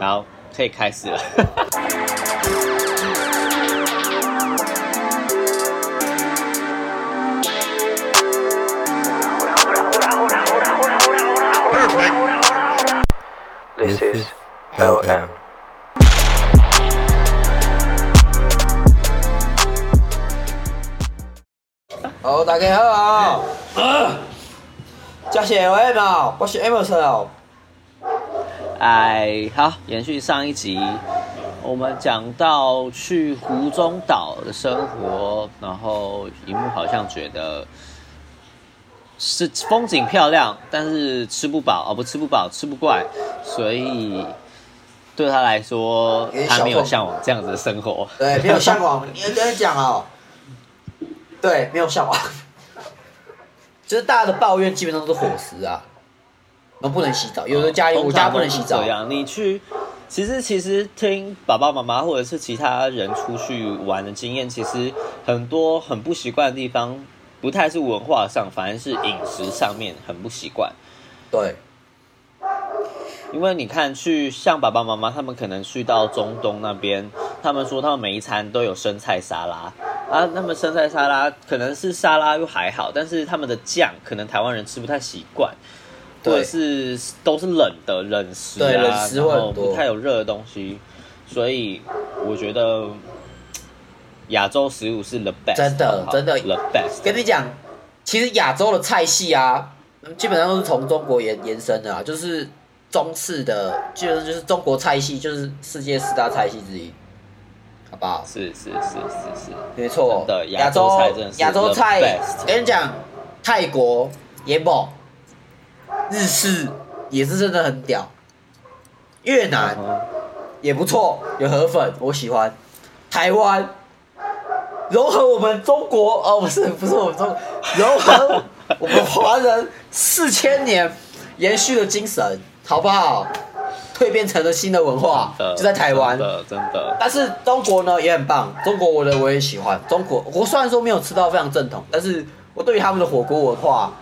好，可以开始了。 This is LM。好，大家好啊！这是 M 啊，我是 Emerson 哦。哎，好，延续上一集，我们讲到去湖中岛的生活，然后荧幕好像觉得是风景漂亮，但是吃不饱哦，不吃不饱，吃不惯，所以对他来说有点，小他没有痛苦向往这样子的生活。 对，没有向往， 你跟你讲哦。对，没有向往， 就是大家的抱怨基本上都是伙食啊，然后不能洗澡，有的家里我通家常不都能是洗澡这，样，你去，其实其实听爸爸妈妈或者是其他人出去玩的经验，其实很多很不习惯的地方，不太是文化上，反而是饮食上面很不习惯。对，因为你看去像爸爸妈妈他们可能去到中东那边，他们说他们每一餐都有生菜沙拉啊，那么生菜沙拉可能是沙拉又还好，但是他们的酱可能台湾人吃不太习惯，或对者是都是冷的冷食啊，对冷食会然后很多不太有热的东西，所以我觉得嘖亚洲食物是 the best，真的好不好真的 the best，跟你讲，其实亚洲的菜系啊，基本上都是从中国延延伸的啊，就是中式的，基本上就是中国菜系，就是世界四大菜系之一，好不好？是是是是是，没错真，的亚亚洲洲菜真的是亚洲 the 菜 best 跟你讲，泰国也猛，日式也是真的很屌，越南嗯哼也不错，有河粉我喜欢，台湾融合我们中国哦，不是不是我们中国，融合我们华人四千年延续的精神，好不好？蜕变成了新的文化真的，就在台湾。真的真的。但是中国呢也很棒，中国我的我也喜欢。中国我虽然说没有吃到非常正统，但是我对于他们的火锅文化，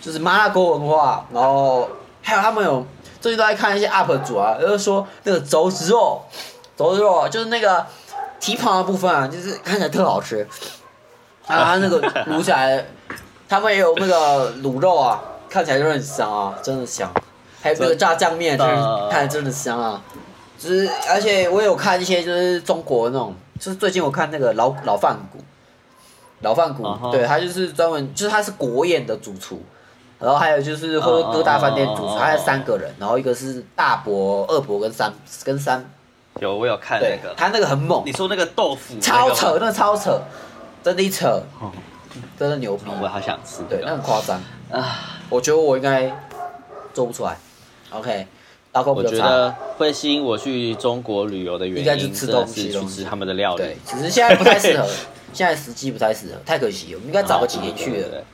就是麻辣锅文化，然后还有他们有最近都在看一些 UP 主啊，就是说那个肘子肉，肘子肉就是那个蹄膀的部分啊，就是看起来特好吃。啊，那个卤起来，他们也有那个卤肉啊，看起来就很香啊，真的香。还有那个炸酱面，真的是看着真的香啊。就是，而且我有看一些就是中国那种，就是最近我看那个老老饭骨，老饭骨啊哈对他就是专门，就是他是国宴的主厨，然后还有就是或者各大饭店主哦哦厨，哦哦他有三个人，然后一个是大伯、二伯跟三跟三，有，我有看那对个，。他那个很猛你，说那个豆腐那超个扯吗，，那个超扯，真的一扯哦，真的牛逼，我好想吃。对，那很夸张，啊，我觉得我应该做不出来，OK，大口我不就觉得会吸引我去中国旅游的原应该因，就吃真的东西是去东西吃他们的料理。对，只是现在不太适合， 现在时机不太适合，太可惜了。我们应该啊，找个几年去对对的。对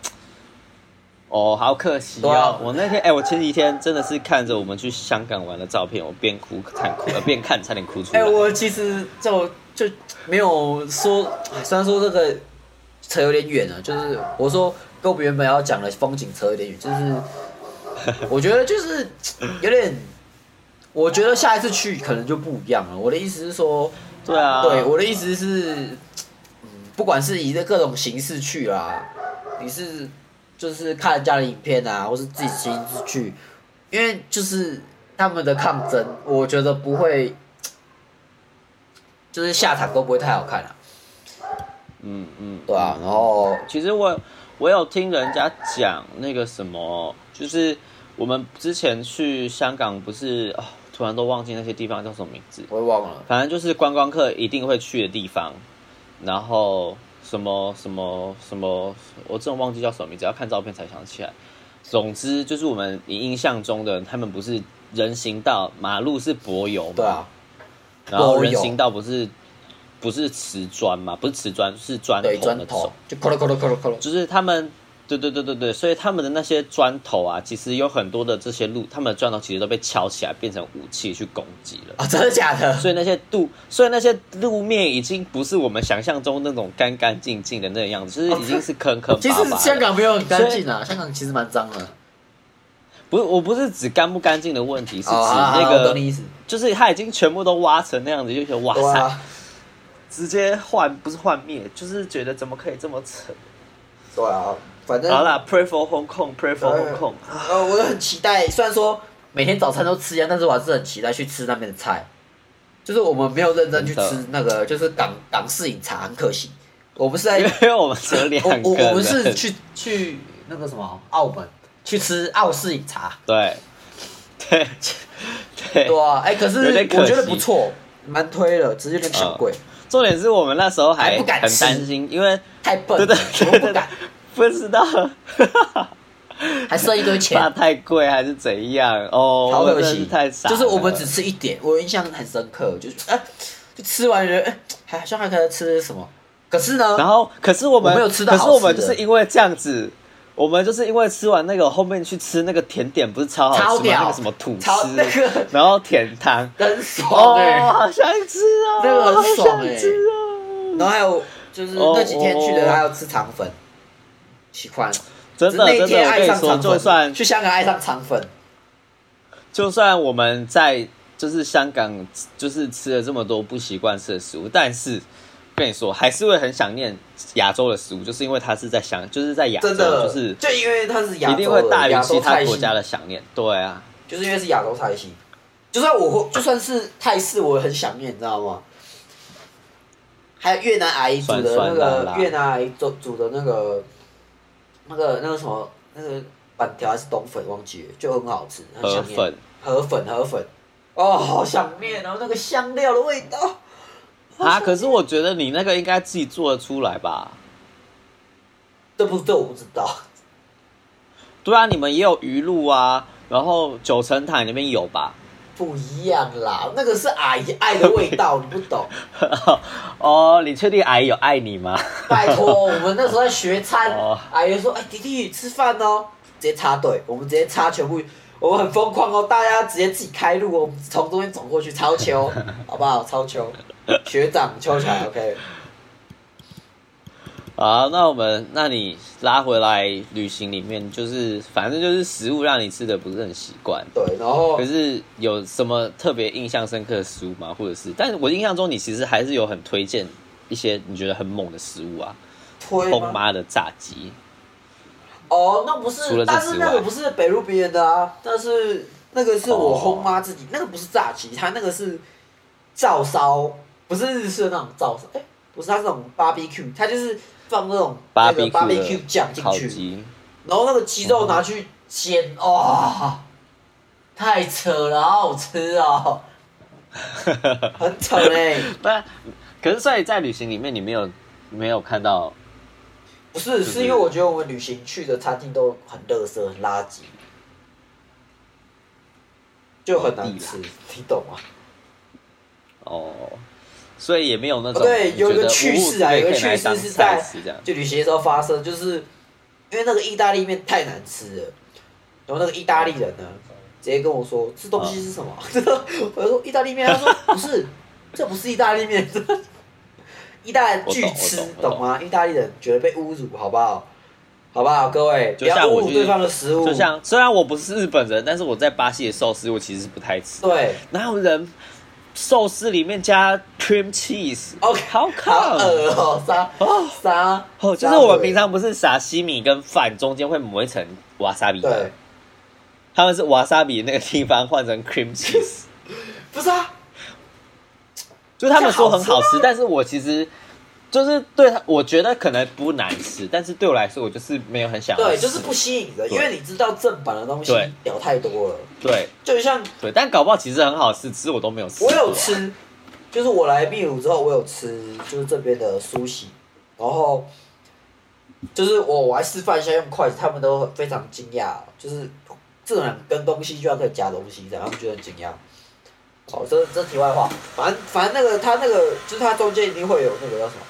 哦，好可惜对啊哦！我那天，哎、我前几天真的是看着我们去香港玩的照片，我边哭差点哭，呃，边看差点哭出哎、来。我其实就就没有说，哎虽然说这个扯有点远了，就是我说跟我们原本要讲的风景扯有点远，就是 我觉得就是有点，我觉得下一次去可能就不一样了。我的意思是说，对啊，对，我的意思是，嗯，不管是以这各种形式去啦，你是就是看人家的影片啊，或是自己亲自去，因为就是他们的抗争，我觉得不会，就是下场都不会太好看了、啊嗯嗯，对啊，然后其实我我有听人家讲那个什么，就是我们之前去香港，不是啊、突然都忘记那些地方叫什么名字，我也忘了，反正就是观光客一定会去的地方，然后什么什么什么，我真的忘记叫什么名字，要看照片才想起来。总之就是我们印象中的，他们不是人行道，马路是柏油嘛，对啊，然后柏人油行道不是不是瓷砖嘛，不是瓷砖是砖对，头砖那种头。就扣了扣了扣了扣了，就是他们，对对对对对，所以他们的那些砖头啊，其实有很多的这些路，他们的砖头其实都被敲起来变成武器去攻击了。啊，真的假的？所以那些路，所以那些路面已经不是我们想象中那种干干净净的那个样子，就是已经是坑坑哦其巴实巴。香，港没有很干净啊，香港其实蛮脏的，不是，我不是指干不干净的问题，是指哦好啦那好啦我个懂你意思，就是他已经全部都挖成那样子，就觉得哇对塞，啊，直接幻不是幻灭，就是觉得怎么可以这么扯？对啊，反正好啦，Pray for Hong Kong，Pray for 对 Hong Kong，呃，我很期待，虽然说每天早餐都吃一样，但是我还是很期待去吃那边的菜。就是我们没有认真去真的吃那个，就是港港式饮茶，很可惜。我们是在因为我们只有 两我个人，我呃哎我们是去去那个什么澳门去吃澳式饮茶，对对对对啊，哎、可是有点可惜哦我觉得不错，蛮推的，只是有点小贵，重点是我们那时候还不很敢担吃心，因为太笨 对了，对对我们对不对敢，，不知 道。还剩一堆钱怕，太贵还是怎样？哦，好我可真的惜是太傻了。就是我们只吃一点，我印象很深刻，就是哎、就吃完觉得哎，还好像还可以吃什么，可是呢，然后，可是我们我没有吃到可好吃是的我们就是因为这样子，我们就是因为吃完那个后面去吃那个甜点，不是超好吃吗？超屌那个什么吐司超，那个然后甜汤，很哦爽哎、，好想吃哦，那个很爽好欸想吃哦。然后还有就是哦那几天去的，哦还有吃肠粉，喜欢。真的那一真的，天我爱跟你上说，肠粉，就算去香港爱上肠粉，就算我们在就是香港，就是吃了这么多不习惯吃的食物，但是跟你说，还是会很想念亚洲的食物，就是因为它是在香，就是在亚洲，真的就是就因为它是亚一洲定会的大于亚洲其他菜国系家的想念。对啊，就是因为是亚洲菜系。就算我会，就算是泰式，我也很想念，你知道吗？还有越南阿姨煮的那酸酸辣个辣越南阿姨煮煮的那个那个那个什么那个板条还是冬粉忘记了，就很好吃，很河想念。粉，河粉河粉，哦，好想念哦，然后那个香料的味道。啊，可是我觉得你那个应该自己做得出来吧？这不这我不知道，对啊，你们也有鱼露啊，然后九层塔那边有吧？ 不一样啦，那个是阿姨爱的味道，你不懂。哦，你确定阿姨有爱你吗？ 拜托，我们那时候在学餐哦，阿姨说：“哎，弟弟吃饭哦。”直接插队，我们直接插全部，我们很疯狂哦，大家直接自己开路哦，我们从中间走过去超 球，好不好？超球，学长抽起来，OK。好，那我们，那你拉回来旅行里面，就是反正就是食物让你吃的不是很习惯，对，然后可是有什么特别印象深刻的食物吗？或者是，但是我印象中你其实还是有很推荐一些你觉得很猛的食物啊，推空吗？妈的炸鸡，哦，那不除了是，这但是那之外个不是北路别人的啊，但是那个是哦我轰妈自己，那个不是炸鸡，它那个是照烧，不是日式的那种照烧，哎、不是，它是那种 barbecue，它就是放那种那个 barbecue 酱进烤去，鸡， 然后那个鸡肉拿去煎，哇、太扯了，好好吃 哦，很扯欸嘞、但啊可是所以在旅行里面你没有没有看到 不是，是因为我觉得我们旅行去的餐厅都很垃圾、很垃圾，就很难吃，你懂吗？哦，所以也没有那种、哦对，有一个趣事啊，有一个个趣事是在这样，就旅行的时候发生，就是因为那个意大利面太难吃了，然后那个意大利人呢，直接跟我说这东西是什么？嗯 我就说意大利面，他说不是，这不是意大利面。意大利人我懂拒吃我懂，我懂懂吗？意大利人觉得被侮辱，好不好？好不好，各位，不就要像侮我辱去对方的食物。就像虽然我不是日本人，但是我在巴西的寿司我其实是不太吃。对，哪有人寿司里面加 cream cheese？ OK，好好烤恶哦，啥哦啥？哦！就是我们平常不是撒西米跟饭中间会抹一层瓦萨比吗对？，他们是瓦萨比那个地方换成 cream cheese，不是啊，就是他们说很好吃，但是我其实。就是对他，我觉得可能不难吃，但是对我来说，我就是没有很想要对，吃就是不吸引人，对因为你知道正版的东西对屌太多了，对就像对，但搞不好其实很好吃，只是我都没有吃。我有，啊吃，就是我来秘鲁之后，我有吃就是这边的苏西，然后就是我我还示范一下用筷子，他们都非常惊讶，哦就是这种人跟东西居然可以夹东西，这样他们觉得很惊讶。好，这这题外话，反正反正那个它那个就是它中间一定会有那个叫什么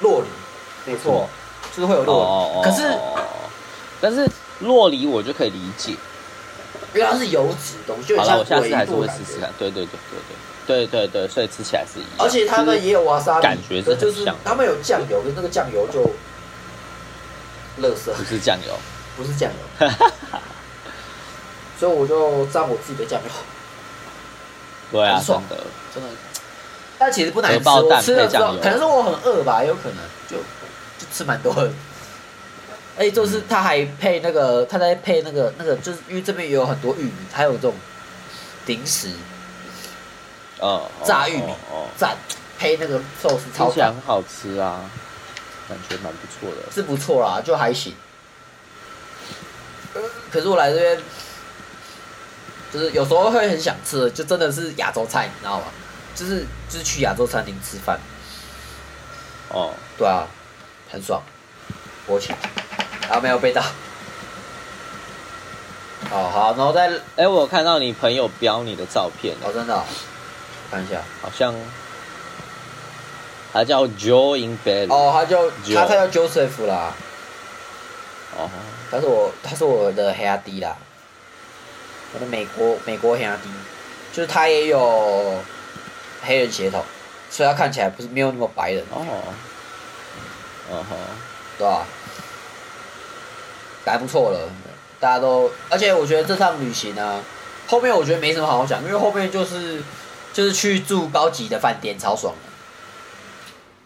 洛梨，没错，就是会有洛哦梨，可是但是洛梨我就可以理解，因为它是油脂的东西，就好很了，像我下次微还是波会感试觉试看。对对对对对对对对，所以吃起来是一样。而且他们也有瓦萨比，感觉是很就是像他们有酱油，可是那个酱油就乐色，就是不是酱油？ 不不是酱油，所以我就蘸我自己的酱油，对啊，很真爽的，真的。但其实不难荷吃，包蛋我吃了配之酱后，油可能是我很饿吧，有可能就就吃蛮多的。而且嗯就是他还配那个，他在配那个那个，就是因为这边也有很多玉米，还有这种零食哦，哦炸玉米哦，蘸配那个寿司哦超听起来赞很，好吃啊，感觉蛮不错的。是不错啦，就还行。呃可是我来这边，就是有时候会很想吃的，就真的是亚洲菜，你知道吗？就是就是去亚洲餐厅吃饭，哦，对啊，很爽，我请，然后没有被打。哦好，然后再哦哎、我有看到你朋友标你的照片、欸，真的哦、看一下好像他叫 Joe in Bed 哦，他就有他他叫 Joseph 啦，哦，他是我他是我的黑阿弟啦，我的美国美国黑阿弟，就是他也有黑人血统，所以他看起来不是没有那么白人，哦，哦吼，对吧、还不错了，大家都，而且我觉得这趟旅行啊，后面我觉得没什么好讲，因为后面就是就是去住高级的饭店，超爽的。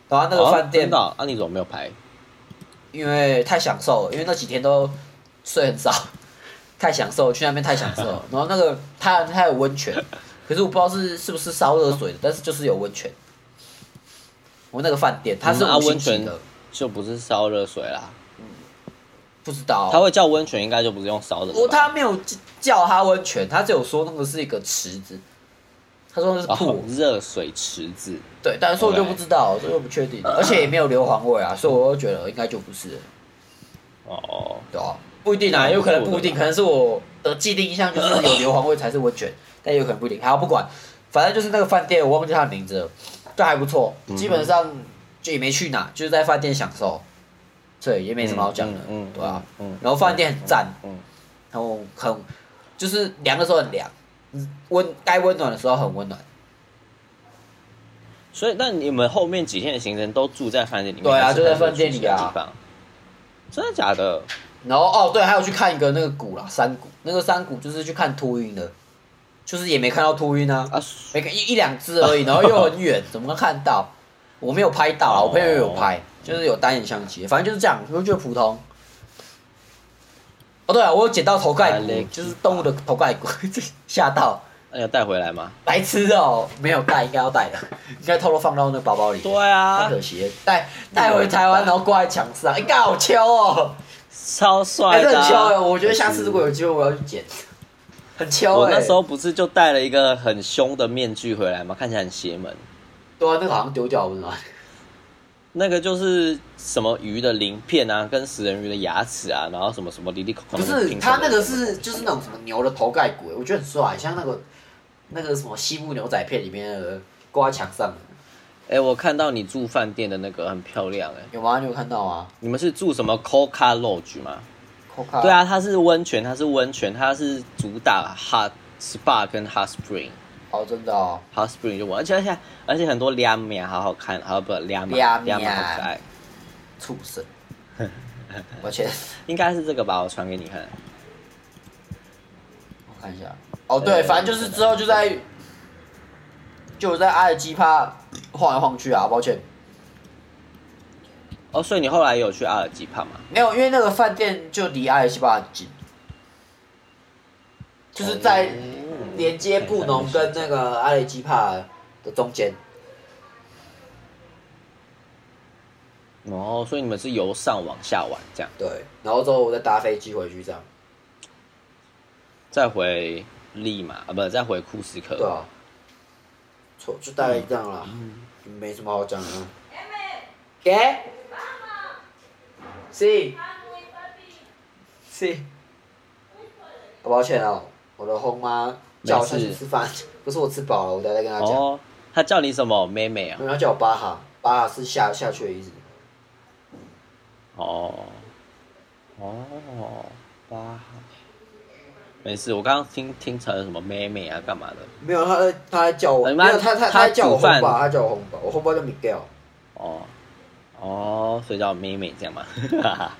然后那个哦饭店、真的哦、啊，你怎么没有拍？因为太享受了，因为那几天都睡很少， 太享受，去那边太享受 了。然后那个它它有温泉，可是我不知道是是不是烧热水的，但是就是有温泉。我那个饭店它是嗯啊五星温级泉的，就不是烧热水啦，不知道他会叫温泉，应该就不是用烧的吧。我他没有叫它温泉，他只有说那个是一个池子，他说那是哦瀑，热水池子对，但是我就 OK 不知道，所以我不确定，而且也没有硫磺味啊，所以我就觉得应该就不是了，哦，对啊，不一定啊，有可能不一定，不错的吧可能是我的既定印象就是有硫磺味才是温嗯泉，但也有可能不一定。好，不管，反正就是那个饭店，我忘记它的名字了，嗯但还不错，基本上就也没去哪，就是在饭店享受，所以也没什么好讲的，嗯嗯嗯对啊，嗯然后饭店很赞，嗯，然后很就是凉的时候很凉，温该温暖的时候很温暖。所以那你们后面几天的行程都住在饭店里面？对啊还是就在还是有饭店去里其他啊地方真的假的？然后哦，对，还有去看一个那个谷啦，山谷，那个山谷就是去看秃鹰的，就是也没看到秃鹰啊，啊，没看一一两只而已，然后又很远，怎么能 看到？我没有拍到啊，哦我朋友有拍，就是有单眼相机，反正就是这样，我就觉得普通。哦，对啊，我有捡到头盖骨阿雷，就是动物的头盖骨， 吓到那你有带回来吗？白痴哦、没有带，应该要带的， 应该偷偷放到那个包包里。对啊太，可惜了，带带回台湾，然后挂在墙上，哎、干好秋哦、超哎、帅这的啊、很秋哎、我觉得下次如果有机会，我要去捡，很秋嗯我哎、那时候不是就戴了一个很凶的面具回来吗？看起来很邪门。对啊，那个好像丢掉不是吗？那个就是什么鱼的鳞片啊，跟食人鱼的牙齿啊，然后什么什么里里口口不是，它那个是就是那种什么牛的头盖骨、哎我觉得很帅，像那个那个什么西部牛仔片里面的挂在墙上的，哎、我看到你住饭店的那个很漂亮哎、有吗？你有看到吗？你们是住什么 Coca Lodge 吗？ Coca 对，啊，它是温泉，它是温泉，它是主打 hot spa 跟 hot spring。哦，真的哦， hot spring 就我，而且而且而且很多亮面好好看，好不亮面亮面亮面好可爱，畜生， 我觉得应该是这个吧？我传给你看。我看一下。哦，对，反正就是之后就在，就我在阿尔基帕晃来晃去啊，抱歉，哦，所以你后来有去阿尔基帕吗？没有，因为那个饭店就离阿尔基帕很近，就是在嗯连接布农跟那个阿尔基帕的中间。嗯哦，所以你们是由上往下玩这样，对，然后之后我再搭飞机回去，这样。再回利马啊，不，再回库斯克。对啊，错，就大概这样啦，没什么好讲的。给，是，是，我抱歉哦，我的后妈叫我下去没事吃饭，不是我吃饱了，我再来跟她讲。哦，他叫你什么妹妹啊？没有，她叫我巴哈，巴哈是下下去的意思。嗯哦，哦，巴哈，没事，我刚刚听听成什么妹妹啊，干嘛的？没有，她在她在叫我，哎没妈有，她她她她在叫我煮红饭包，她叫我红包，我红包叫 Miguel，哦，哦，所以叫妹妹这样嘛？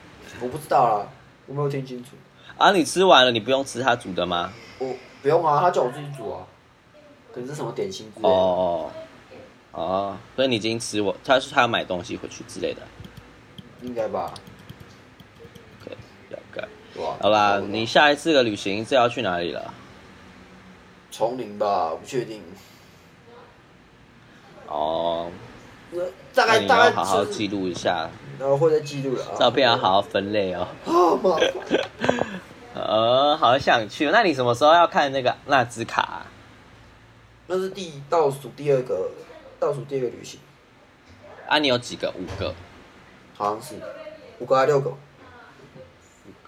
我不知道啦，我没有听清楚。啊，你吃完了，你不用吃他煮的吗？我不用啊，他叫我自己煮啊。可能是什么点心之类的。哦哦哦，所以你已经吃我，他是他要买东西回去之类的。应该吧？ OK，了解。对吧？好啦，我你下一次的旅行是要去哪里了？丛林吧，我不确定。哦，呃那大概你大概要就是好好记录一下，然后会再记录了啊。照片要好好分类哦。啊，麻烦。呃，好想去。那你什么时候要看那个那只卡啊、那是第倒数第二个，倒数第二个旅行，啊，你有几个？五个，好像是五个还是六个？五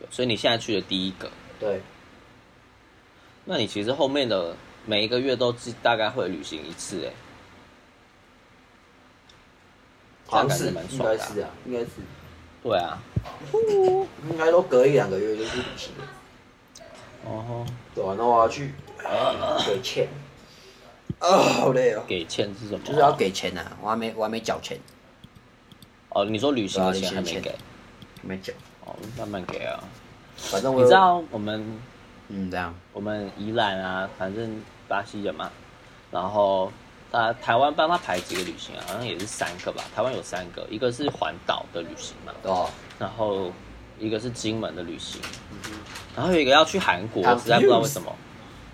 个。所以你现在去的第一个，对，那你其实后面的每一个月都是大概会旅行一次，哎，这好样感像是，觉蛮应爽该的啊、是啊，应该是，对啊，应该都隔一两个月就去旅行了，哦，对吧、那我要去给钱，啊、好累哦，给钱是什么？就是要给钱呐、啊，我还没我还没缴钱，哦，你说旅行的钱还没对啊旅行的给钱，还没缴，哦，慢慢给啊。反正我你有知，道我们嗯，这样，我们宜兰啊，反正巴西人嘛，然后他台湾帮他排几个旅行啊，好像也是三个吧。台湾有三个，一个是环岛的旅行嘛，对啊吧？然后一个是金门的旅行，嗯然后有一个要去韩国，我实在不知道为什么。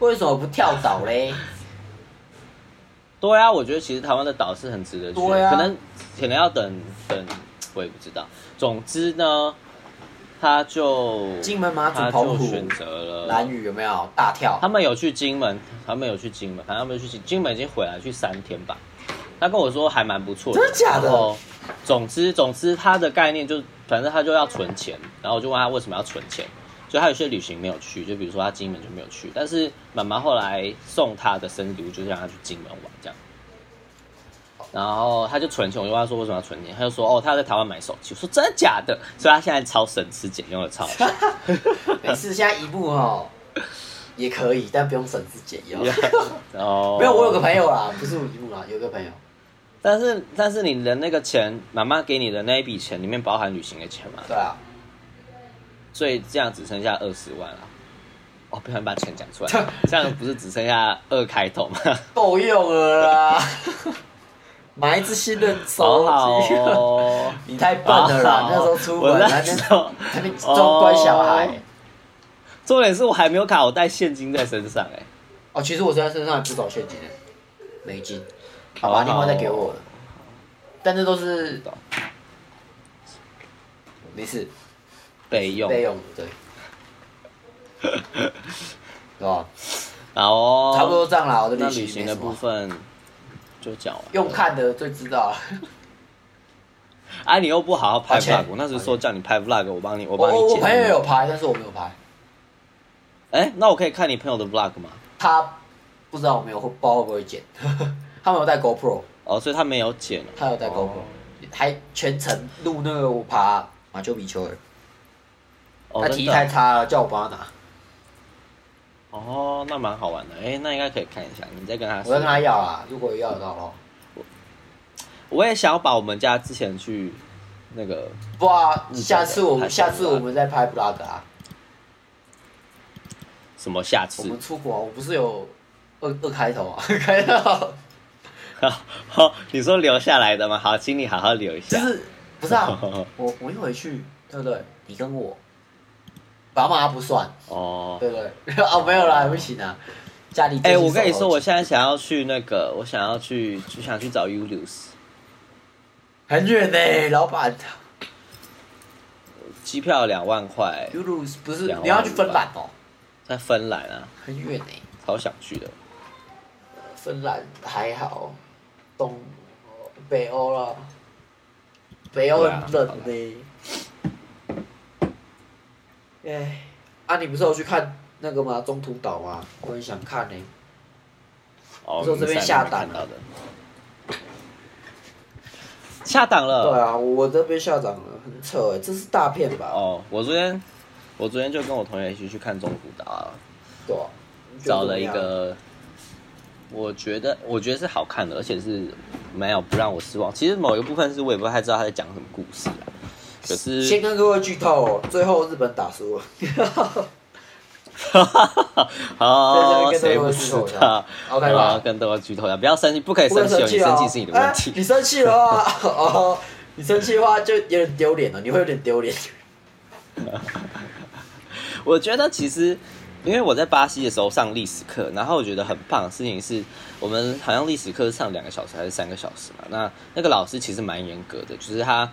为什么不跳岛嘞？对啊，我觉得其实台湾的岛是很值得去的，对啊可能可能要等等，我也不知道。总之呢，他就金门马祖他澎就湖选择了蓝屿有没有大 跳他？们有去金门，他们有去金门，反正他们去金金门已经回来去三天吧。他跟我说还蛮不错的，真的假的然后总之总之，他的概念就反正他就要存钱，然后我就问他为什么要存钱，就他有些旅行没有去，就比如说他金门就没有去，但是妈妈后来送他的生日礼物就是让他去金门玩这样。然后他就存钱，我就问他说为什么要存钱，他就说哦他在台湾买手机，我说真的假的，所以他现在超省吃 俭用的超 好笑。每次现在一步哦，也可以，但不用省吃俭 用。然后没有，我有个朋友啦，不是我一步啦，有个朋友。但是但是你的那个钱，妈妈给你的那一笔钱里面包含旅行的钱嘛，对啊，所以这样只剩下二十万了。哦，不小心把钱讲出来了，这样不是只剩下二开头吗？够用了 啦，买一只新的手好机。好哦， 你太笨了啦，好好哦那时候出我门那还时候那还那装乖小哦孩。重点是我还没有卡，我带现金在身上哎、哦，其实我现在身上还不少现金呢，美金，爸爸好另外再给我了，但这都是没事备用。备用，对，对吧？ 好哦，差不多这样啦，我的那旅旅行行没的什部么。分就讲完了。用看的最知道了。啊，你又不好好拍抱歉 vlog，我那时候说叫你拍 vlog，我帮你， 我我帮你我剪。我朋友有拍，但是我没有拍。哎、那我可以看你朋友的 vlog 吗？他不知道我没有，不知道会不会剪。 他没有带 GoPro，哦，所以他没有剪哦。他有带 GoPro，、还全程录那个我爬马丘比丘尔，哦，他真题的啊太差了，叫我帮他拿，哦，那蛮好玩的。哎，那应该可以看一下。你再跟他我要说跟，他要啦，如果有要得到咯。我也想要把我们家之前去那个，不啊，嗯下次我太们久了下次我们再拍 vlog 啊，什么下我次们，出国、我不是有二二开头啊， 开头 好，你说留下来的吗？好，请你好好留一就下。是不 是啊，我我一回去对不对？你跟我，爸妈不算，哦，对不对？ 哦，没有啦，不行啊，家里哎、最新我跟你手说，我机现在想要去那个，我想要去，就想去找 Ulus，很远呢、老板。机票两万块， u l u 不是两万你要去芬兰哦，在芬兰啊，很远呢、好想去的。芬兰还好，东北欧啦，北欧啊很冷呢、哎、啊，你不是有去看啊那个吗？中途岛吗？我很想看欸呢、哦，你说这边你上下面档啊看到的，下档了。对啊，我这边下涨了，很扯哎、这是大片吧？哦，哦，我昨天我昨天就跟我同学一起去看中途岛啊，对啊，你觉得找怎么了一样个，我觉得我觉得是好看的，而且是没有不让我失望。其实某一个部分是我也不太知道他在讲什么故事啊，可先是，跟各位剧透，最后日本打 输了。好，跟谁各不位知剧透一下道？ OK 好吧跟各位剧透一下，不要生气，不可以不能生气哦，你哦生气是你的问 哎题。你生气的话，哦，你生气的话就有点丢脸了，你会有点 丢脸。我觉得其实，因为我在巴西的时候上历史课，然后我觉得很棒的事情是，我们好像历史课上两个小时还是三个小时嘛。那那个老师其实蛮严格的，就是他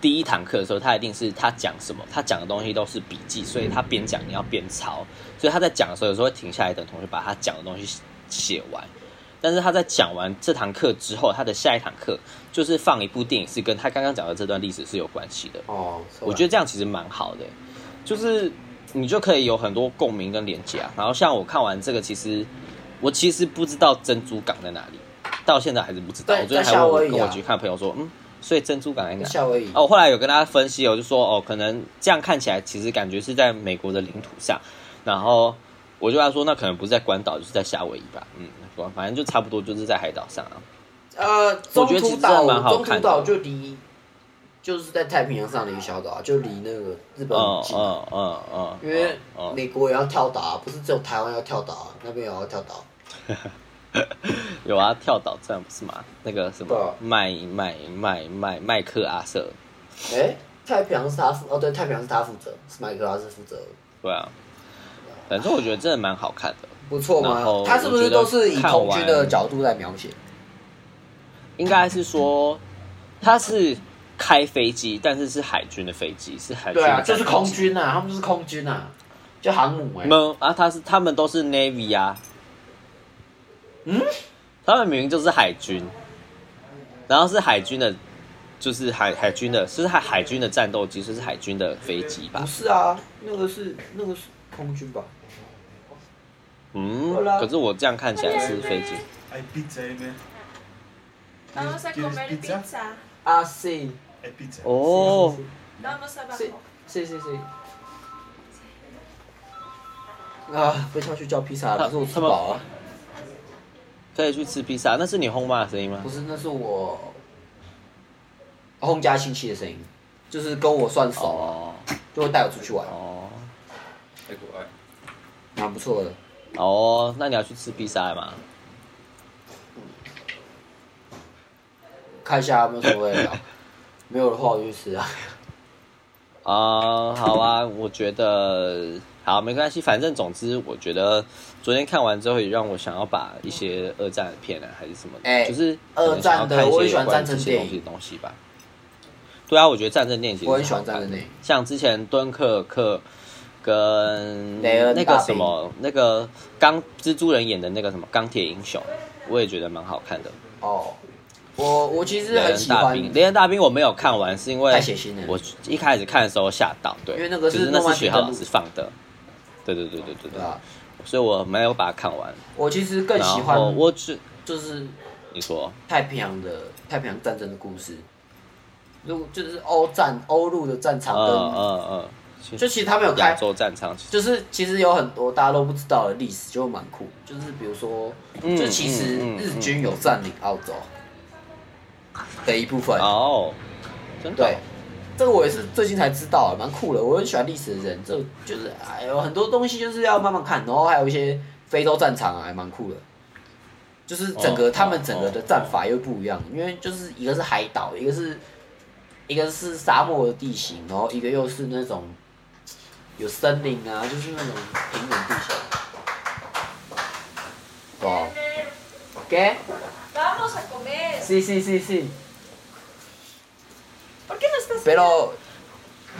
第一堂课的时候，他一定是他讲什么，他讲的东西都是笔记，所以他边讲你要边抄。所以他在讲的时候，有时候会停下来等同学把他讲的东西写完。但是他在讲完这堂课之后，他的下一堂课就是放一部电影，是跟他刚刚讲的这段历史是有关系的。哦，我觉得这样其实蛮好的、就是你就可以有很多共鸣跟连接啊。然后像我看完这个，其实我其实不知道珍珠港在哪里，到现在还是不知道。对我昨天还问我在夏威夷啊跟我去看朋友说，嗯，所以珍珠港在哪？夏威夷哦，我后来有跟大家分析哦，我就说哦，可能这样看起来其实感觉是在美国的领土上，然后我就跟他说，那可能不是在关岛，就是在夏威夷吧。嗯，反正就差不多就是在海岛上啊。呃，中我觉得其途实真的蛮岛，好中看的途岛就离，就是在太平洋上的一个小岛啊，就离那个日本很嗯近啊。嗯嗯嗯，因为嗯美国也要跳岛啊，不是只有台湾要跳岛啊，那边也要跳岛。有啊，跳岛站不是吗？那个什对啊么麦麦麦麦麦克阿瑟，哎、太平洋是他负哦，对，太平洋是他负责，是麦克阿瑟负责，对啊，反正我觉得真的蛮好看的，不错然吗后？他是不是都是哦我觉得以看童完军的角度在描写？应该是说他是开飞机，但是是海军的飞机，是海军对的啊，战斗就是机空。军啊，他们就是空军啊，就航母哎、没有啊，他是他们都是 navy 啊，嗯，他们明明就是海军，然后是海军的，就是海海军的，是海海军的战斗机，就是海军的飞机吧不？是啊，那个是那个是空军吧？嗯对啦，可是我这样看起来是飞机。 Hai pizza aí, né? Vamos a Quieres comer pizza? pizza. 啊，是 É pizza. 哦， Vamos abajo. 是是是是。啊，被叫去叫披萨了，他可是我吃饱啊了。可以去吃披萨，那是你轰妈的声音吗不？是，那是我轰家亲戚的声音，就是跟我算熟啊，哦就会带我出去玩，哦 É igual. 蛮不错的。哦，那你要去吃披萨吗？看一下有没有什么味道， 没有的话我就去吃啊。啊、好啊，我觉得好没关系，反正总之，我觉得昨天看完之后，也让我想要把一些二战的片啊，还是什么的，哎就是二可能想要战的看一我也些喜欢有关于战这争些电东影西的东西吧。对啊，我觉得战争电影其实我很喜欢好看战争电影像之前敦刻尔克跟雷恩那大个兵什么那个钢蜘蛛人演的那个什么钢铁英雄，我也觉得蛮好看的。哦，我我其实雷很恩喜大欢，兵，因雷恩大兵我没有看完，是因为太血腥了我一开始看的时候吓到，对，因为那个是就是那诺曼是底学校登老陆师放的，对对对对对对啊，所以我没有把它看完。我其实更然喜欢后我只就是你说太平洋的太平洋战争的故事，如果就是欧战欧陆的战场嗯跟，嗯嗯，其就实其实他们有亚开洲战场，其实就是其实有很多大家都不知道的历史，就蛮酷。就是比如说，嗯就其实嗯嗯日军有占领澳洲的一部分。哦，真的对，这个我也是最近才知道，蛮酷的。我很喜欢历史的人，这就是哎有很多东西就是要慢慢看，然后还有一些非洲战场啊，还蛮酷的。就是整个、哦他们整个的战法又不一样，因为就是一个是海岛，一个是一个是沙漠的地形，然后一个又是那种有森林啊，就是那种平原地形。哇 OK， Vamos a comer. 是是是是 ¿Por qué no estás ，pero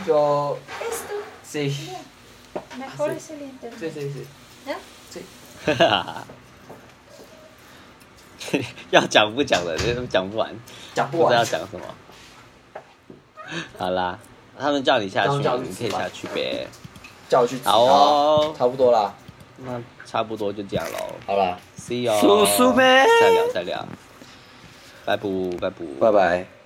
就 viendo esto? 是 Mejor sí. es el internet. 是是是。 要讲不讲的，讲不完，讲不不知道完，讲什么。好啦，他们叫你下去，刚刚叫你你可以吃饭下去呗。叫我去吃。好哦差不多啦，那差不多就这样喽。好啦， See you，叔叔呗再聊再聊，拜拜拜拜。拜。